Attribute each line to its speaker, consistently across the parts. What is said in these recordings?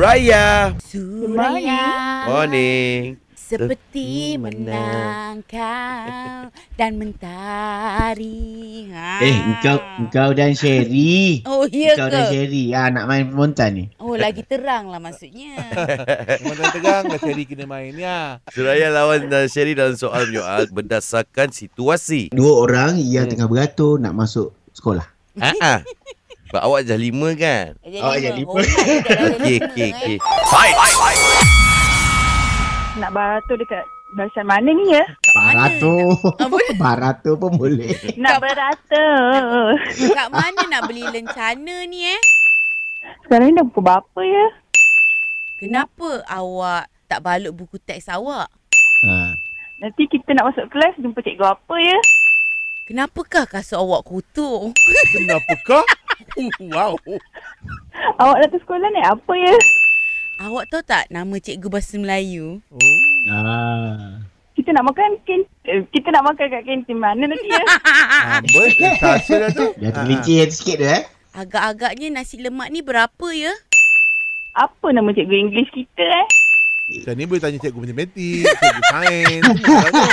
Speaker 1: Suraya.
Speaker 2: Suraya
Speaker 1: Morning.
Speaker 2: Seperti menang kau Dan mentari ha.
Speaker 3: Eh, engkau engkau dan Sherry.
Speaker 2: Oh iya
Speaker 3: engkau dan
Speaker 2: ke?
Speaker 3: Sherry. Ah, nak main montan ni.
Speaker 2: Oh lagi terang lah maksudnya
Speaker 4: Memang terang lah Sherry kena main ya.
Speaker 1: Suraya lawan uh, Sherry dalam soal menyoal berdasarkan situasi.
Speaker 3: Dua orang yang
Speaker 1: Hmm.
Speaker 3: tengah beratur nak masuk sekolah.
Speaker 1: Ha ah. Sebab awak dah lima kan?
Speaker 2: Jadi
Speaker 3: Oh,
Speaker 2: lima.
Speaker 3: jadi lima.
Speaker 2: Oh, nak juga dah jadi
Speaker 1: Okey,
Speaker 2: lima,
Speaker 1: okey,
Speaker 2: eh.
Speaker 1: okey.
Speaker 5: Nak beratur dekat barisan mana ni ya?
Speaker 3: Baratur.
Speaker 2: Apa?
Speaker 3: Baratur pun boleh.
Speaker 5: Nak beratur.
Speaker 2: Kat mana nak beli lencana ni eh?
Speaker 5: Sekarang ni dah pukul berapa ya?
Speaker 2: Kenapa awak tak balut buku teks awak?
Speaker 3: Ha.
Speaker 5: Nanti kita nak masuk kelas jumpa cikgu apa ya?
Speaker 2: Kenapakah kasut awak kotor?
Speaker 4: Kenapa kau? Wow.
Speaker 5: Awak datang sekolah naik apa ya?
Speaker 2: Awak tahu tak nama cikgu bahasa Melayu?
Speaker 3: Ah.
Speaker 5: Kita nak makan kin- eh, kita nak makan kat kantin mana nanti ya?
Speaker 4: Amboi, sasa dah tu.
Speaker 3: Dah terlincir sikit dah eh.
Speaker 2: Agak-agaknya nasi lemak ni berapa ya?
Speaker 5: Apa nama cikgu English kita eh?
Speaker 4: Dan ni boleh tanya cikgu matematik, cikgu sains. semua lah tu.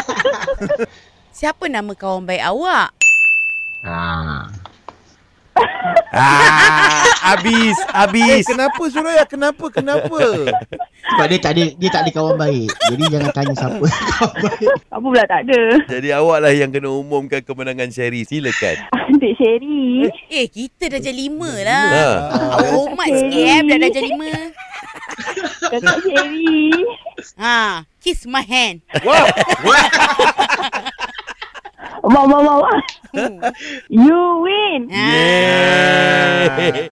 Speaker 2: Siapa nama kawan baik awak?
Speaker 3: Ah.
Speaker 1: Ah, habis,
Speaker 4: Eh,
Speaker 1: habis.
Speaker 4: kenapa Suraya? Kenapa? Kenapa?
Speaker 3: Sebab dia tak ada dia tak ada kawan baik. Jadi jangan tanya siapa kawan baik.
Speaker 5: Apa pula tak ada?
Speaker 1: Jadi awak lah yang kena umumkan kemenangan Sherry. Silakan.
Speaker 5: Adik Sherry.
Speaker 2: Eh, kita darjah lima lah.
Speaker 1: Ha.
Speaker 4: Ah,
Speaker 2: Awak hormat sikit eh, budak darjah lima.
Speaker 5: Kakak Sherry.
Speaker 2: Ha, kiss my hand.
Speaker 4: Wow.
Speaker 5: Mak, mak, mak, mak. You win.
Speaker 2: Ha.
Speaker 1: Yeah.